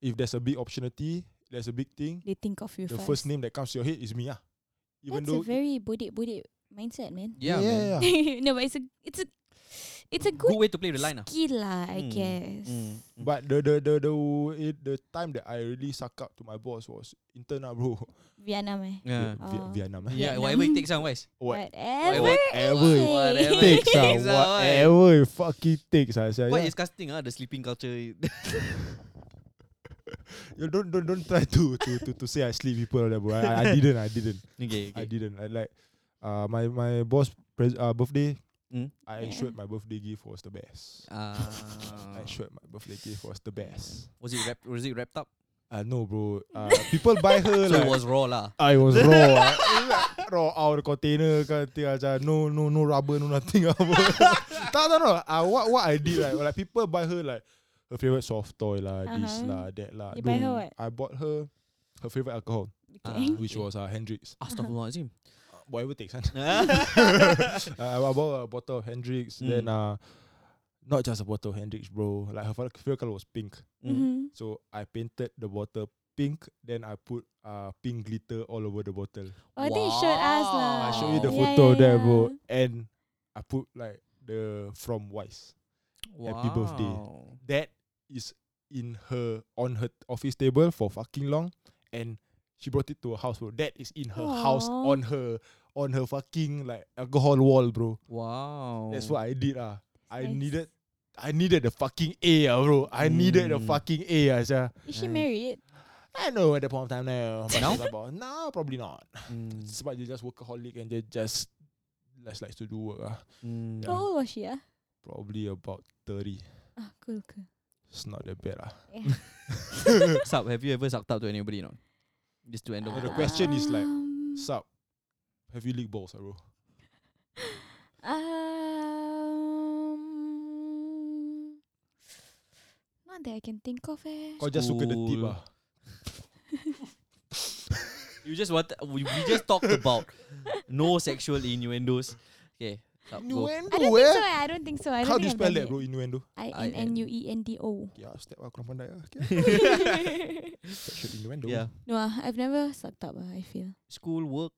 if there's a big opportunity, there's a big thing, they think of you the first. first. name that comes to your head is Mia. Even That's though a very bodek bodek mindset, man. yeah, Yeah, man. yeah, yeah. no, but it's a it's a it's a Good, good, way to play the line. Ah. skill lah, I Mm, guess. Mm. mm. But the the the the it, the time that I really suck up to my boss was intern lah, bro. Vietnam, eh. yeah. Vi- Oh. Vietnam. eh. Yeah, whatever it takes, ah, wise. What? Whatever. Whatever it Whatever takes. takes ah, takes ah, what? whatever it fucking takes ah. sia, Quite yeah. disgusting, ah, the sleeping culture. You don't don't don't try to to to, to say I sleep people all that, bro. I, I didn't, I didn't, okay, I okay. didn't. I like, uh, my my boss pres- uh, birthday. Mm. I Yeah. ensured my birthday gift was the best. I Ah. ensured my birthday gift was the best. was it wrapped? Was it wrapped up? Uh, no, bro. Uh, people buy her So like it was raw, lah. I was raw. ah. raw out of container kind of thing. ah, macam no, no, no rubber, no nothing. ah, bro. tak, tak, no. Uh, what, what I did, like, like people buy her like her favorite soft toy lah, this Uh-huh. lah, that lah. You buy her No, what? I bought her her favorite alcohol, Okay. Ah. which was uh, Hendrix. Uh-huh. Astaghfirullahaladzim. Whatever takes. I, Ah. I bought a bottle of Hendrix. Mm. Then uh, not just a bottle of Hendrix, bro. Like her favorite color was pink. Mm. Mhm. So I painted the bottle pink. Then I put uh pink glitter all over the bottle. Oh, I think you showed us Wow. lah. I show you the Yeah, photo Oh. yeah, there, yeah. bro. And I put like the from Wise. Happy birthday. Wow. That is in her on her office table for fucking long, and she brought it to her house, bro. That is in her house Aw. on her on her fucking like alcohol wall, bro. Wow. That's what I did, ah. I Nice. needed. I needed the fucking A, ah, bro. I needed the Mm. fucking A, ah, sia. Is she Nice. married? I know at that point of time now. but No? it's about- No, probably not. Mm, Sebab they just workaholic and they just just likes to do work, ah. mm. Yeah. How old was she? Ah, Probably about 30. ah cool, cool. It's not that bad. ah. Yeah. Sub, have you ever sucked up to anybody? Not just to end No, off. the the- question is like, Um, Sup, have you leaked balls, ah, bro? Um, not that I can think of eh. Kau just suka the tip School. ah. You just want we, we just talked about no sexual innuendos. Okay. up, go. I don't Innuendo, think eh? so. eh. I don't think so. I don't How do you think spell that, I've done bro? Innuendo. I N N U E N D O. Yeah, step aku kurang pandai. ah. Okay. Sexual innuendo. Yeah. No, ah, I've never sucked up. ah, I feel. School work.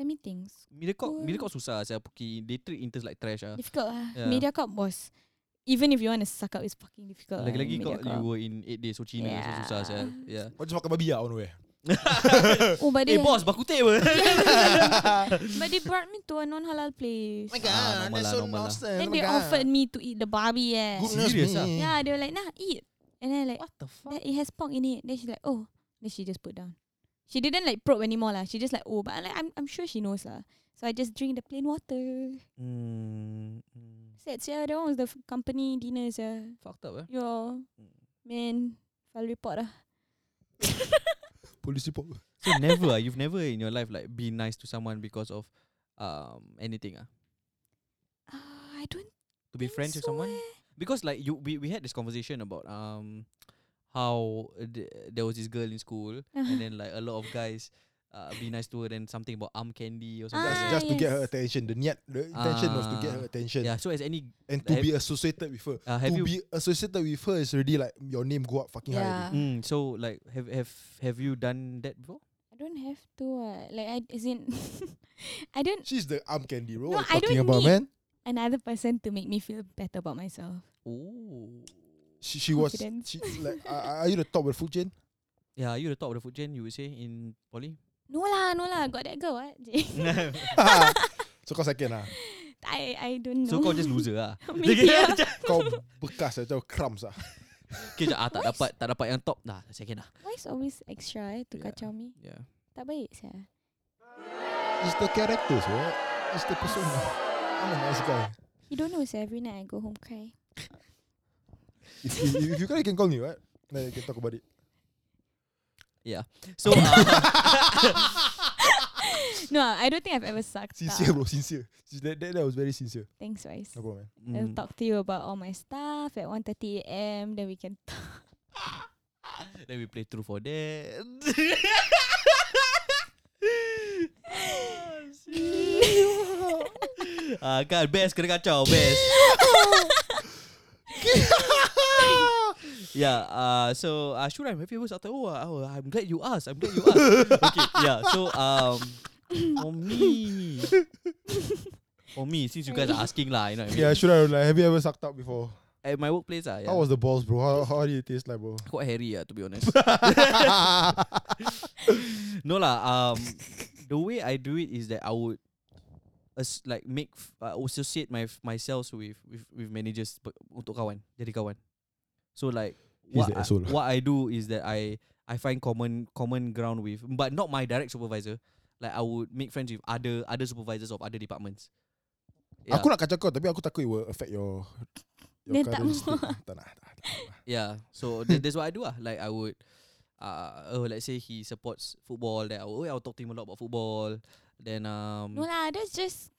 Let me think. Media corp, media School. corp susah saya pergi. They treat interns like trash ah. Difficult lah. Yeah. MediaCorp was. Even if you want to suck up, it's fucking difficult. ah, Lagi-lagi kau MediaCorp. you were in 8 days so Cina so Yeah. susah saya. Yeah. Kau just makan babi ah on the way. Oh, but they, Eh boss, baku teh apa? but they brought me to a non-halal place. God, Ah, normal that's lah, so normal lah. Then they offered me to eat the Barbie. Yeah. Goodness Serious ah? me. Yeah, they were like, nah, eat. And then like, What the fuck? that it has pork in it. Then she's like, oh. Then she just put down. She didn't like probe anymore lah. She just like, oh, but I'm like, I'm, I'm sure she knows lah. So I just drink the plain water. Hmm. hmm. Sad sia, that one was the f- company dinner sia. Fucked up eh. Yo, man, file report ah. lah. Polisi pop. So never ah, you've never in your life like been nice to someone because of um anything ah. Ah, I don't To be think friends with so someone. eh. because like you we, we had this conversation about um how th- there was this girl in school and then like a lot of guys uh, be nice to her then something about arm candy or something Just, Ah, like just to get yes. her attention. The niat, the intention was to get her Ah, attention that. yeah so as any and to Have- be associated with her. uh, have To you be associated with her is already like your name go up fucking high. already. Yeah. mm, so like have have have you done that before I don't have to. Uh, like, I, as in, I don't, She's the arm candy, bro. No, What I you talking don't about, need- man? another person to make me feel better about myself. oh She, she was. Confidence. She, like, are, are you the top of the food chain? yeah are you the top of the food chain you would say in poly No lah, no lah. Got that girl, what? so kau second ah. I, I don't know. so kau just loser ah Maybe, yeah. Kau bekas ah, kau crumbs ah. okay ah tak dapat tak dapat yang top nah second lah Why is always extra eh, to Yeah. kacau me? yeah Tak baik saya. It's the characters, right? It's the persona. I'm a nice guy. You don't know saya every night I go home cry. If, if, if you can, you can call me, right? Then you can talk about it. so uh, No, I don't think I've ever sucked Sincere, up. bro. Sincere. That, that, that was very sincere. Thanks, Rice. No problem, man. I'll mm, talk to you about all my stuff at 1.30 a.m. Then we can talk. then we play true for that ah kan best kena kacau best Yeah, uh, so uh, Shuram, have you ever started? Oh, uh, oh, I'm glad you asked. I'm glad you asked. okay, yeah. So um, for me, for me, since you guys are asking lah, you know, what I mean? Yeah, should I like? Have you ever sucked up before? at my workplace ah, yeah, How was the balls, bro? How, how did it taste like, bro? quite hairy ah, to be honest. no lah, um, the way I do it is that I would, as like make f- uh, associate my f- myself with with with managers pe- untuk kawan, jadi kawan. So like He's what the I, asshole. what I do is that I I find common common ground with, but not my direct supervisor. Like I would make friends with other other supervisors of other departments. Yeah, Aku nak kacau kau tapi aku takut it will affect your your Dia tak current mau. state. Tak nak. tak nak, tak nak. yeah. So that, that's what I do ah. Like I would. Uh, oh, let's say he supports football. That I will, I'll talk to him a lot about football. Then um, No lah, that's just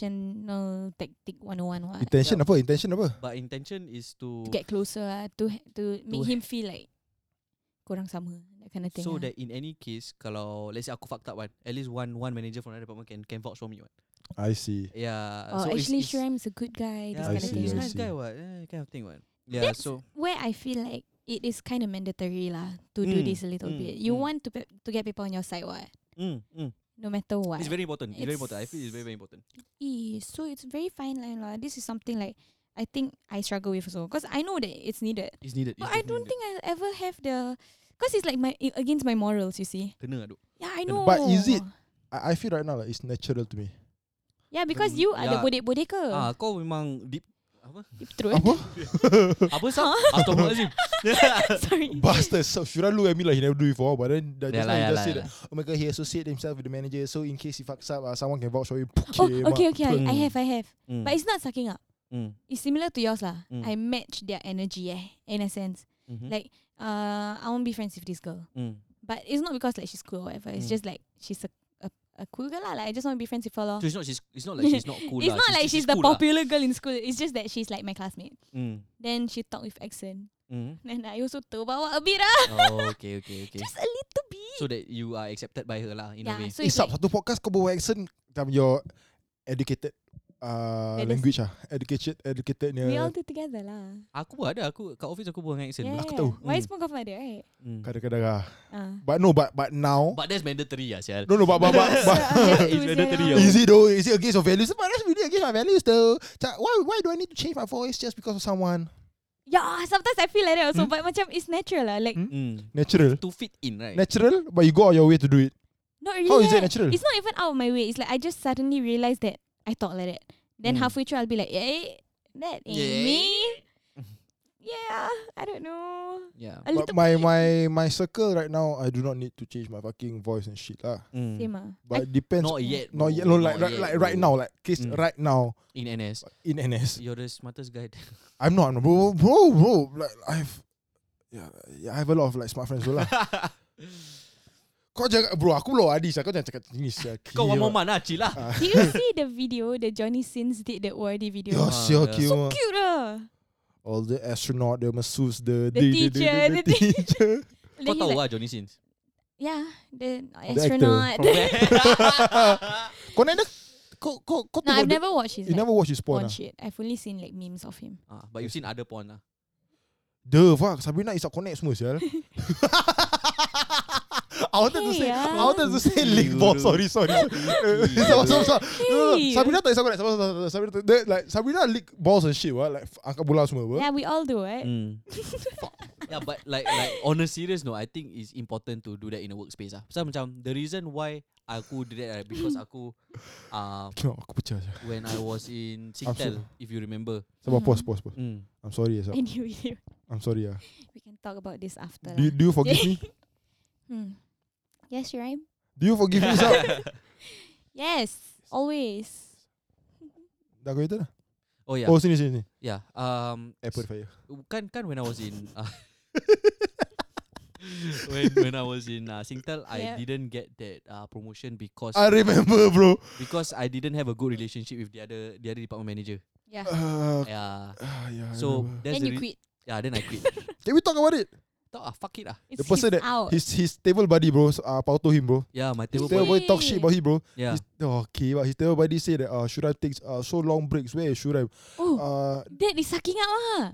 conversational tactic 101 what. Intention apa? Intention apa? But intention is to, To get closer lah, to, ha- to make To him feel like kurang sama. That kind of thing. ah. so lah. that in any case, kalau let's say aku fucked up one, at least one one manager from another department can can vouch for me one. I see. Yeah. Oh, so it's- actually, it's- Shram is a good guy. I this kind yeah, of he's- see, thing. he's I nice see. guy what, eh, kind of thing one. Yeah. That's so where I feel like it is kind of mandatory lah to do Mm, this a little mm, bit. You mm. want to pe- to get people on your side, what? mm, mm. No matter what. it's very important. It's, very important. I feel it's It's- very very important. Eh, so it's very fine line lah. This is something like I think I struggle with also because I know that it's needed, It's needed. but I it's don't definitely think I'll ever have the because it's like my i- against my morals. You see? needed. kena aduk. Yeah, I know. Kena- But is it- I, I feel right now like it's natural to me. Yeah, because Kena- you are the Mm, bodek yeah. bodeka. Ah, kau memang deep apa? Deep throat. Apa? apa Ah, sah? Atau apa sih? Sorry. Bastard. So should I look at me like he never do it before? But then that Yeah just lah, now yeah he just lah, said yeah that, oh my god, he associated himself with the manager, so in case he fucks up, uh, someone can vouch for him. oh, Pukimak. okay, okay. I, I have, I have. Mm, But it's not sucking up. mm, It's similar to yours lah. Mm. I match their energy, eh, in a sense. mhm, Like, uh, I won't be friends with this girl. mm. But it's not because like she's cool or whatever. It's Mm. just like she's a, a, a cool girl lah. Like I just want to be friends with her lor. So it's not she's it's not like she's not cool. it's lah. not like she's, the cool lah. popular girl in school. It's just that she's like my classmate. Mm, Then she talk with accent. mm. Then I also terbawa a bit lah. Oh, okay, okay, okay. Just a little bit. so that you are accepted by her lah in a yeah, way. so Eh, it's sub like, satu podcast kau bawa accent macam your educated uh, That is- language ah educated educated We all ni do together lah. Aku pun ada aku kat office aku buang accent. Yeah, Yeah. aku yeah. tahu. Why is Punk of Mother, right? Mm. kadang-kadang ah Ah. but no but but now But that's mandatory lah sial. no no but but but, but Just It's to say better ah. to that. you. Is it though? Is it against your values? But that's really against my values though. Macam, Why why do I need to change my voice just because of someone? Yeah, sometimes I feel like that also, Hmm? but macam it's natural lah. Like Hmm? Mm. Natural. To fit in right. Natural, but you go on your way to do it. not really. How is that eh. natural? It's not even out of my way. It's like I just suddenly realized that I talk like that. Then Hmm. Mm. halfway through, I'll be like, "Eh, that ain't Yeah. me." yeah, I don't know. yeah. But A little my bit. my my circle right now, I do not need to change my fucking voice and shit lah. Mm. same ah. But I- it depends. Not yet. Not bro. yet. No, like Not right, yet, like right bro. now, like case Mm. right now in NS. in NS. You're the smartest guy. there. I'm not, I'm not- bro, bro, bro. Like I've, yeah, yeah, I have a lot of like smart friends pula. Kau jangan, bro, aku belum hadis. Kau jangan cakap jenis. Kau one more month lah, chill lah. Ah. Did you see the video that Johnny Sins did that wordy video? Yo, Ah, sure, yeah. cute. Cute ah. All the astronaut, the masseuse, the The teacher, the teacher. Then Kau he's tahu like, lah Johnny Sins. Yeah, the actor astronaut. from Kau nak ada- kau kau kau no, I've tengok the- never watched his You like, never watch his porn. ah? porn shit. I've only seen like memes of him. Ah, but you've seen other porn lah. The fuck Sabrina is up connect semua sial. I wanted to say Hey, ah. I wanted to say link ball sorry sorry. Sabar sabar sabar. No, no, no. Hey. Sabrina tak isap connect sabar sabar sabar. Sabrina tak- they- like Sabrina leak balls and shit what like f- angkat bola semua apa. Yeah, we all do it. Mm. yeah, but like like on a serious note, I think it's important to do that in a workspace ah. Pasal macam the reason why aku did that right, because aku uh, Tengok aku pecah je. when I was in I'm Singtel, so- if you remember. Sabar Hmm. pause pause pause. Mm. I'm sorry Asap. Anyway, I'm sorry ah. we can talk about this after. Do you, lah. do you forgive me? Hmm. Yes, you're right. Do you forgive me Asap? Yes, always. Dah kau kata dah. Oh yeah, Oh sini sini sini. yeah. Um, Apple fire. kan kan when I was in uh, when when I was in uh, Singtel, I Yeah. didn't get that uh, promotion because I remember bro. because I didn't have a good relationship with the other the other department manager. Yeah. Uh, Yeah. ah, yeah, I So remember. that's then the you rea- quit. Yeah, then I quit. can we talk about it? Thought, ah, fuck it ah. It's the person that- he's out. His his table buddy bro, s- uh, Pauto him bro. Yeah, my His table table buddy buddy. talk shit about him bro. Yeah. His, okay, but his table buddy say that uh, Shuraim takes uh, so long breaks. Where is Shuraim? oh, Uh, that is sucking up ah.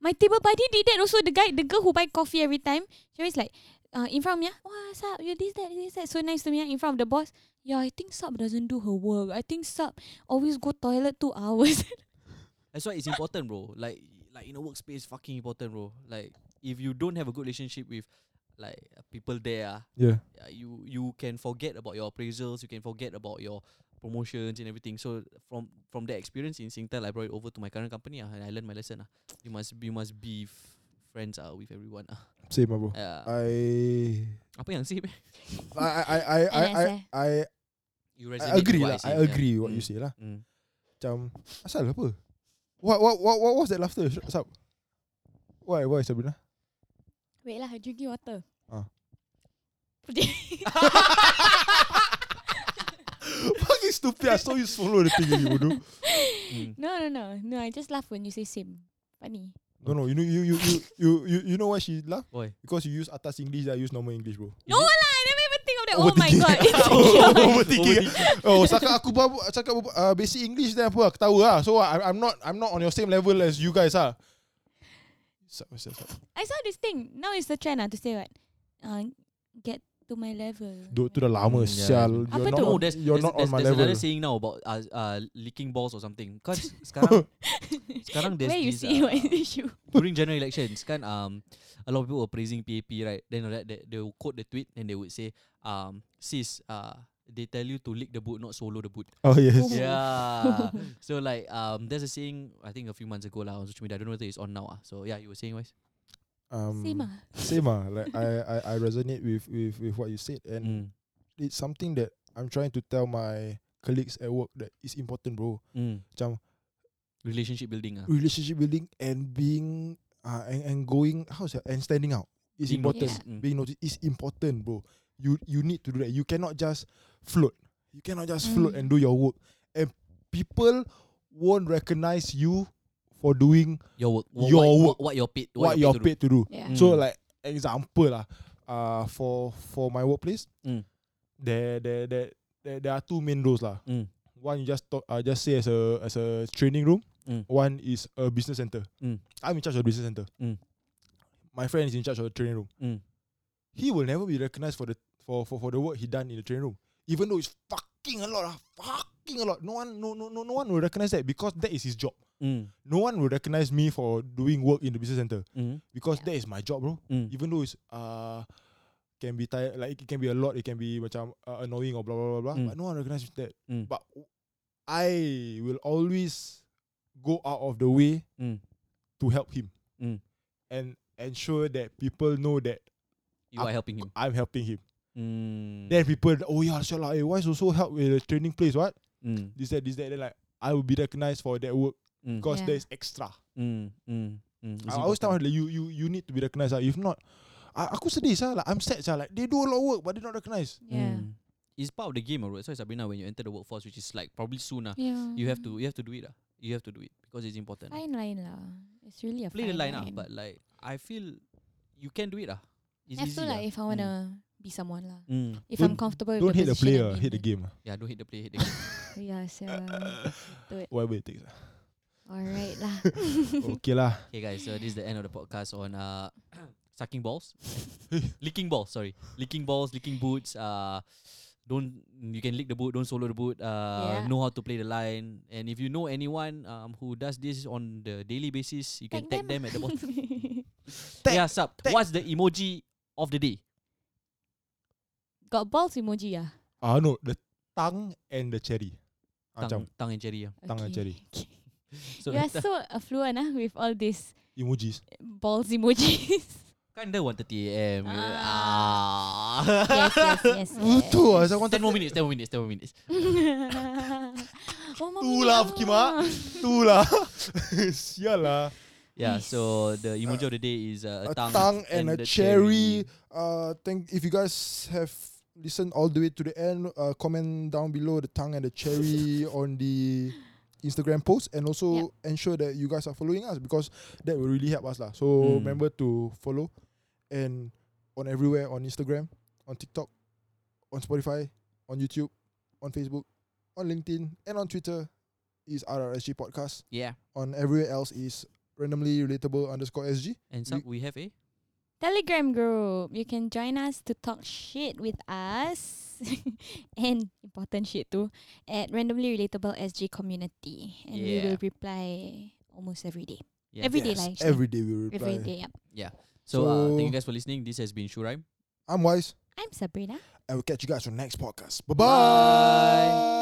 My table buddy did that also. The guy, the girl who buy coffee every time, she always like, uh, in front of me, ah, what's up? You this that this that. So nice to me ah, in front of the boss. Yeah, I think Sub doesn't do her work. I think Sub always go toilet two hours. That's why it's important, bro. Like like in a workspace, fucking important, bro. Like if you don't have a good relationship with like uh, people there, ah, yeah. uh, you you can forget about your appraisals, you can forget about your promotions and everything. So from from that experience in Singtel, I brought it over to my current company, ah, and I learned my lesson. Ah, you must you must be f- friends ah with everyone. Ah, Same ah, bro. uh, I apa yang sih? I I I I I NSF. I, You I resonate with agree what lah. say, I yeah. agree what you Mm, say lah. mm. Macam asal apa? What what what what was that laughter? Sh- Sab? Why why Sabrina? Wait lah, drinking water. Ah. Fucking stupid. I saw you swallow the thing you do. Mm. No, no, no, no. I just laugh when you say same. Funny. No no. You know you you you you you, you know why she laugh? Why? Because you use atas English, I use normal English, bro. No lah, I never even think of that. Oh my god, Overthinking. Oh, cakap aku baru cakap uh, basic English dan apa aku tahu lah. So I, I'm not I'm not on your same level as you guys ah. Sup, sup, sup. I saw this thing. Now it's the trend ah, to say what? Uh, get to my level. Dude, tu dah lama Hmm, yeah. sial. You're Apa tu? No, not, there's, you're there's, not on there's, my level. there's another saying now about uh, uh, leaking balls or something. Kan sekarang sekarang there's Where you this, see uh, my issue? during general elections kan um a lot of people were praising PAP right. Then after that they, they would quote the tweet and they would say um sis uh they tell you to lick the boot not solo the boot. Oh yes. Oh. Yeah. so like um there's a saying I think a few months ago lah on social media. I don't know whether it's on now ah. So yeah, you were saying wise. Um, Same ah. Same ah. Like I, I I resonate with with with what you said, and Mm. it's something that I'm trying to tell my colleagues at work that it's important, bro. Mm. Macam Relationship building ah. relationship building and being uh, and, and going how's that and standing out is Being important. noticed. Mm. Being noticed is important, bro. You you need to do that. You cannot just float. You cannot just float Mm. and do your work. And people won't recognize you for doing Your work. What, Your what, work. What, what you're paid. what, you're to do. paid to do. Yeah. Mm. So like example lah, uh, for for my workplace, Mm. there there there there, there are two main roles lah. Mm. One you just talk, uh, just say as a as a training room. Mm. One is a business center. Mm. I'm in charge of the business center. Mm. My friend is in charge of the training room. Mm. He will never be recognized for the for, for, for the work he done in the training room, even though it's fucking a lot, ah, fucking a lot. No one, no no no no one will recognize that because that is his job. Mm. No one will recognize me for doing work in the business center Mm. because that is my job, bro Mm. even though it's uh can be tired, like it can be a lot, it can be macam uh, annoying or blah blah blah blah. Mm. But no one recognizes that. Mm. But w- I will always go out of the way Mm. to help him Mm. and ensure that people know that You are helping him. I'm helping him. Mm. Then people, oh yeah, sure lah. eh, why so so help with the training place? What Mm. this that this that? Then like I will be recognized for that work Mm. because Yeah. there's extra. Mm. Mm. Mm. It's I always tell her important. like, you you you need to be recognized. ah. If not, I, aku sedih sah. Like I'm sad sah. Like they do a lot of work but they not recognized. Yeah. Mm. It's part of the game, alright. So Sabrina, when you enter the workforce, which is like probably soon, ah, Yeah. you have to you have to do it, ah. You have to do it because it's important. Fine line lah. It's really a Play the fine line, ah. But like, I feel you can do it, ah. It's have easy, to ah. like if I Mm. wanna be someone lah. Mm. If Don't- I'm comfortable Don't with hate the position player, I'm in hate the then. game. Yeah, don't hit the play, hit the game. Yeah, sia. Whatever it takes. Alright lah. okay lah. okay, guys. So this is the end of the podcast on uh, sucking balls, licking balls. Sorry, licking balls, licking boots. Uh, don't you can lick the boot. Don't solo the boot. Uh, Yeah. know how to play the line. And if you know anyone um who does this on the daily basis, you can tag them, at the bottom. Tag, yeah, sub. tag. What's the emoji of the day? Got balls emoji ah. Ah no, the tongue and the cherry. Ah, Macam Tang, tang and cherry. Yeah. Tangan jari. Okay. So you are so affluent ah with all these emojis. balls emojis. Kinda 1:30 a.m. Ah. Ah. yes, yes, yes. yes. Betul lah. Saya want ten more minutes. Ten more minutes. Ten more minutes. oh, mama Tu lah, nak. Fatimah. tu lah. Sial lah. Yeah. So the emoji of the day is uh, A a, tongue, tongue and, a the cherry. Uh, thank if you guys have listened all the way to the end. Uh, comment down below the tongue and the cherry on the Instagram post, and also ensure that you guys are following us because that will really help us lah. So Mm. remember to follow, and on everywhere on Instagram, on TikTok, on Spotify, on YouTube, on Facebook, on LinkedIn, and on Twitter is RRSG podcast. Yeah. On everywhere else is randomly relatable underscore SG. And sub, we have a Telegram group. You can join us to talk shit with us and important shit too at randomly relatable SG community. And we Yeah. will reply almost every day. yeah. Every day lah, actually. Every day we reply. Every day, yep. So, uh, thank you So- guys for listening. This has been Shuraim. I'm Wise, I'm Sabrina. and we'll catch you guys on the next podcast. Bye. Bye-bye.